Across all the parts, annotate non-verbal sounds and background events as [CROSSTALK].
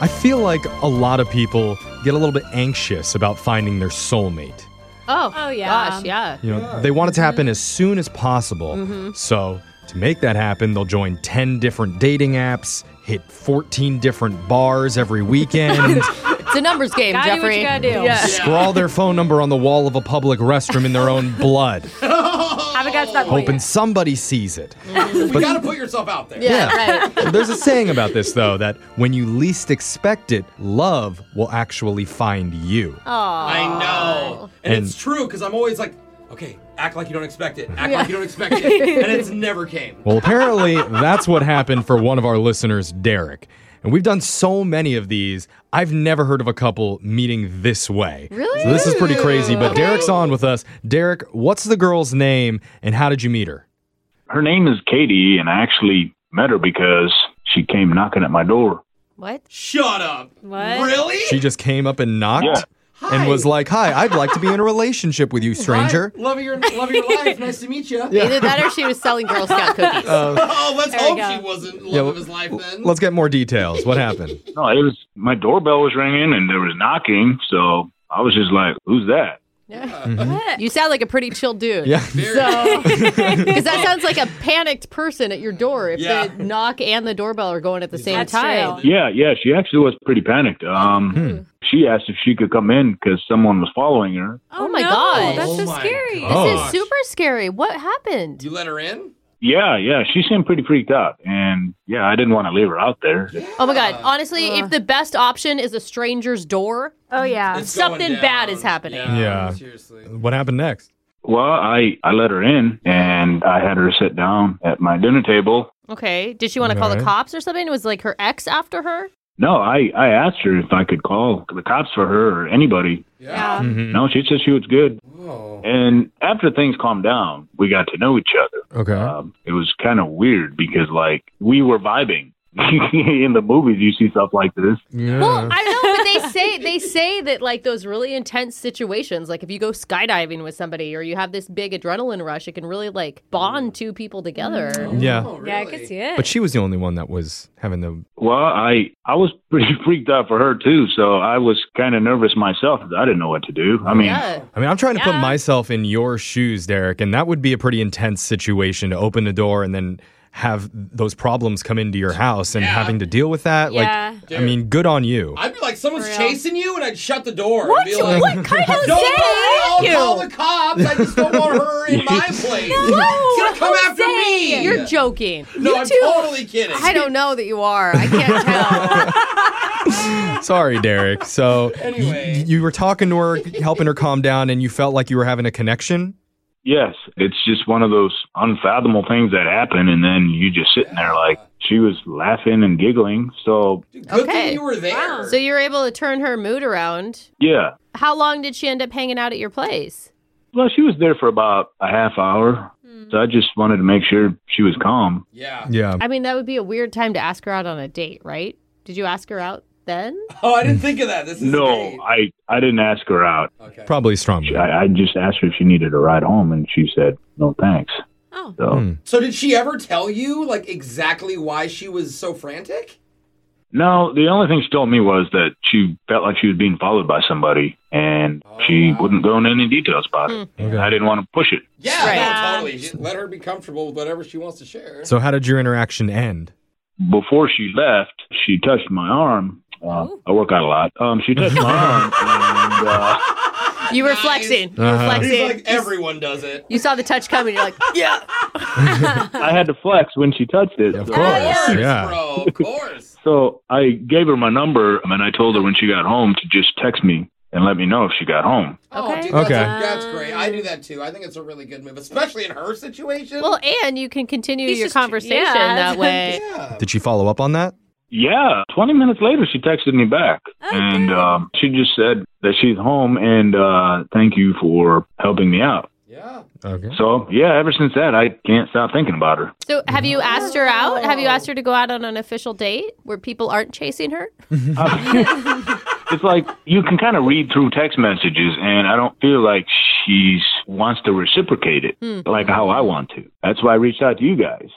I feel like a lot of people get a little bit anxious about finding their soulmate. Oh, Oh, yeah. gosh, yeah. Mm-hmm. You know, they want it to happen as soon as possible. So, to make that happen, they'll join 10 different dating apps, hit 14 different bars every [LAUGHS] weekend, It's a numbers game, Gotta do what Jeffrey. you gotta do. Yeah. scrawl their phone number on the wall of a public restroom in their own [LAUGHS] blood, Haven't got to Oh, that point. hoping somebody sees it. You gotta put yourself out there. Yeah. There's a saying about this, though, that when you least expect it, love will actually find you. I know. And, And- it's true because I'm always like, okay, act like you don't expect it. Act like you don't expect it. And [LAUGHS] it's never came. Well, apparently, that's what happened for one of our listeners, Derek. And we've done so many of these, I've never heard of a couple meeting this way. Really? So this is pretty crazy, but Derek's on with us. Derek, what's the girl's name and how did you meet her? her name is Katie, and I actually met her because she came knocking at my door. What? Shut up. What? Really? She just came up and knocked and was like, Hi, I'd like to be in a relationship with you, stranger. Hi, love of your love of your life. Nice to [LAUGHS] meet you. Either that or she was selling [LAUGHS] Girl Scout cookies. Oh, let's hope go. she wasn't love Yeah, of his life then. Let's get more details. What happened? [LAUGHS] No, it was my doorbell was ringing and there was knocking, so I was just like, "Who's that?" you sound like a pretty chill dude. Yeah. So, because that sounds like a panicked person at your door if Yeah. the knock and the doorbell are going at the same That's time. true. Yeah, yeah, she actually was pretty panicked. Um, She asked if she could come in because someone was following her. Oh my no, gosh. That's [LAUGHS] Oh so my scary. God. This Gosh. is super scary. What happened? You let her in? Yeah, yeah, she seemed pretty freaked out, and yeah, I didn't want to leave her out there. Oh my god. Honestly, if the best option is a stranger's door, Oh, yeah. It's going Uh, Something down. bad is happening. Yeah. Seriously. What happened next? Well, I I let her in, and I had her sit down at my dinner table, okay. Did she want to call the Right. cops or something? Was like her ex after her? No, I, I asked her if I could call the cops for her or anybody. Yeah. Um, Hmm. Mm-hmm. No, she said she was good. Whoa. Oh, And after things calmed down, we got to know each other. Okay. uh, Um, it was kind of weird because, like, we were vibing. [LAUGHS] In the movies, you see stuff like this. yeah. Uh-huh. Well, I know, [LAUGHS] but they say they say that like those really intense situations, like if you go skydiving with somebody or you have this big adrenaline rush, it can really like bond two people together. yeah. Oh, Yeah, I really? could see it. But she was the only one that was having the Well, I I was [LAUGHS] pretty freaked out for her too, so I was kind of nervous myself. I didn't know what to do. I mean, Yeah. I mean, I'm trying to put Yeah. myself in your shoes, Derek, and that would be a pretty intense situation to open the door and then have those problems come into your house and having to deal with that. Yeah. Like, I mean, good on [LAUGHS] you. I'd be like, someone's For real. chasing you, and I'd shut the door. What? And be like, What kind of [LAUGHS] Don't Jose? call, Thank you. I'll call the cops. I just don't want her [LAUGHS] in my place. She's gonna come after me. You're joking. no, I'm two- totally kidding. [LAUGHS] I don't know that you are. I [LAUGHS] can't tell. Sorry, Derek. So, Anyway. you were talking to her, helping her calm down, and you felt like you were having a connection. Yes, it's just one of those unfathomable things that happen, and then you just sitting there like she was laughing and giggling. So Good Okay. thing you were there. so you were able to turn her mood around. yeah, How long did she end up hanging out at your place? well, she was there for about a half hour, so I just wanted to make sure she was calm. yeah. Yeah. I mean, that would be a weird time to ask her out on a date, right? Did you ask her out then? Oh, I didn't think of that. This is No, great. I I didn't ask her out. Okay. Probably strong. She- I, I just asked her if she needed a ride home, and she said no, thanks. Oh. So Hmm. So did she ever tell you like exactly why she was so frantic? no, the only thing she told me was that she felt like she was being followed by somebody, and Oh, she wouldn't go into any details about it. Hmm. Okay. I didn't want to push it. Yeah, Right. no, Yeah. totally. Just let her be comfortable with whatever she wants to share. So, how did your interaction end? before she left, she touched my arm. Uh, I work out a lot. Um, she touched [LAUGHS] my arm, and uh, You were Nice. flexing. You were Uh-huh. He's flexing. like everyone does it. you saw the touch coming. [LAUGHS] You're like, [LAUGHS] yeah. [LAUGHS] I had to flex when she touched it. Of So- course. Of course, Yeah. bro. Of course. So I gave her my number, and I told her when she got home to just text me and let me know if she got home. Oh, Okay. dude, Okay. That's, that's great. I do that too. I think it's a really good move, especially in her situation. Well, and you can continue He's your just- conversation yeah, that [LAUGHS] that's- way. yeah. Did she follow up on that? Yeah, 20 minutes later, she texted me back, and um, she just said that she's home and uh, thank you for helping me out. Yeah. Okay. So yeah, ever since that, I can't stop thinking about her. So, have you asked her out? Have you asked her to go out on an official date where people aren't chasing her? Uh, it's like you can kind of read through text messages, and I don't feel like she's wants to reciprocate it like how I want to. That's why I reached out to you guys.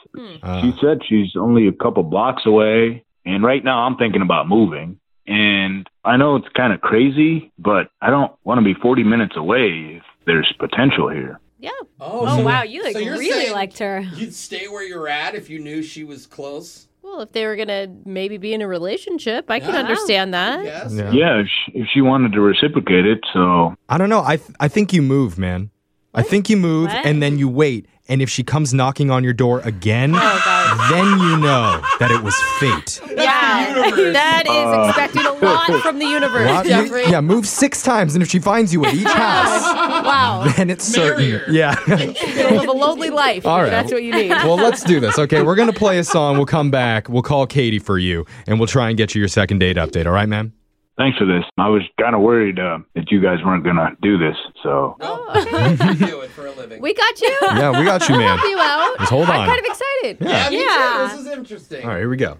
Uh, She said she's only a couple blocks away, and right now I'm thinking about moving. And I know it's kind of crazy, but I don't want to be 40 minutes away if there's potential here. Yeah. Oh, Oh so- wow, you like so you're really saying liked her. You'd stay where you're at if you knew she was close. Well, if they were gonna maybe be in a relationship, I can Yeah. understand that. Yes. Yeah. Yeah, if she, if she wanted to reciprocate it, so I don't know. I th- I think you move, man. I think you move What? and then you wait. And if she comes knocking on your door again, Oh god. then you know that it was [LAUGHS] fate. Yeah. universe. that Uh. is expected a lot [LAUGHS] from the universe, Lot- Jeffrey. yeah, move six times, and if she finds you at each house, [LAUGHS] Wow. then it's Marry certain. her. Yeah. [LAUGHS] You're gonna live a lonely life. All right. That's what you need. well, let's do this. Okay, we're gonna play a song. We'll come back. We'll call Katie for you, and we'll try and get you your second date update. All right, ma'am. thanks for this. I was kind of worried uh, that you guys weren't going to do this, so No, you Oh. do it for a living. We got [LAUGHS] you. Yeah, we got you, man. Help you out. Just hold I'm on. kind of excited. Yeah. yeah, me too. Yeah. This is interesting. All right, here we go.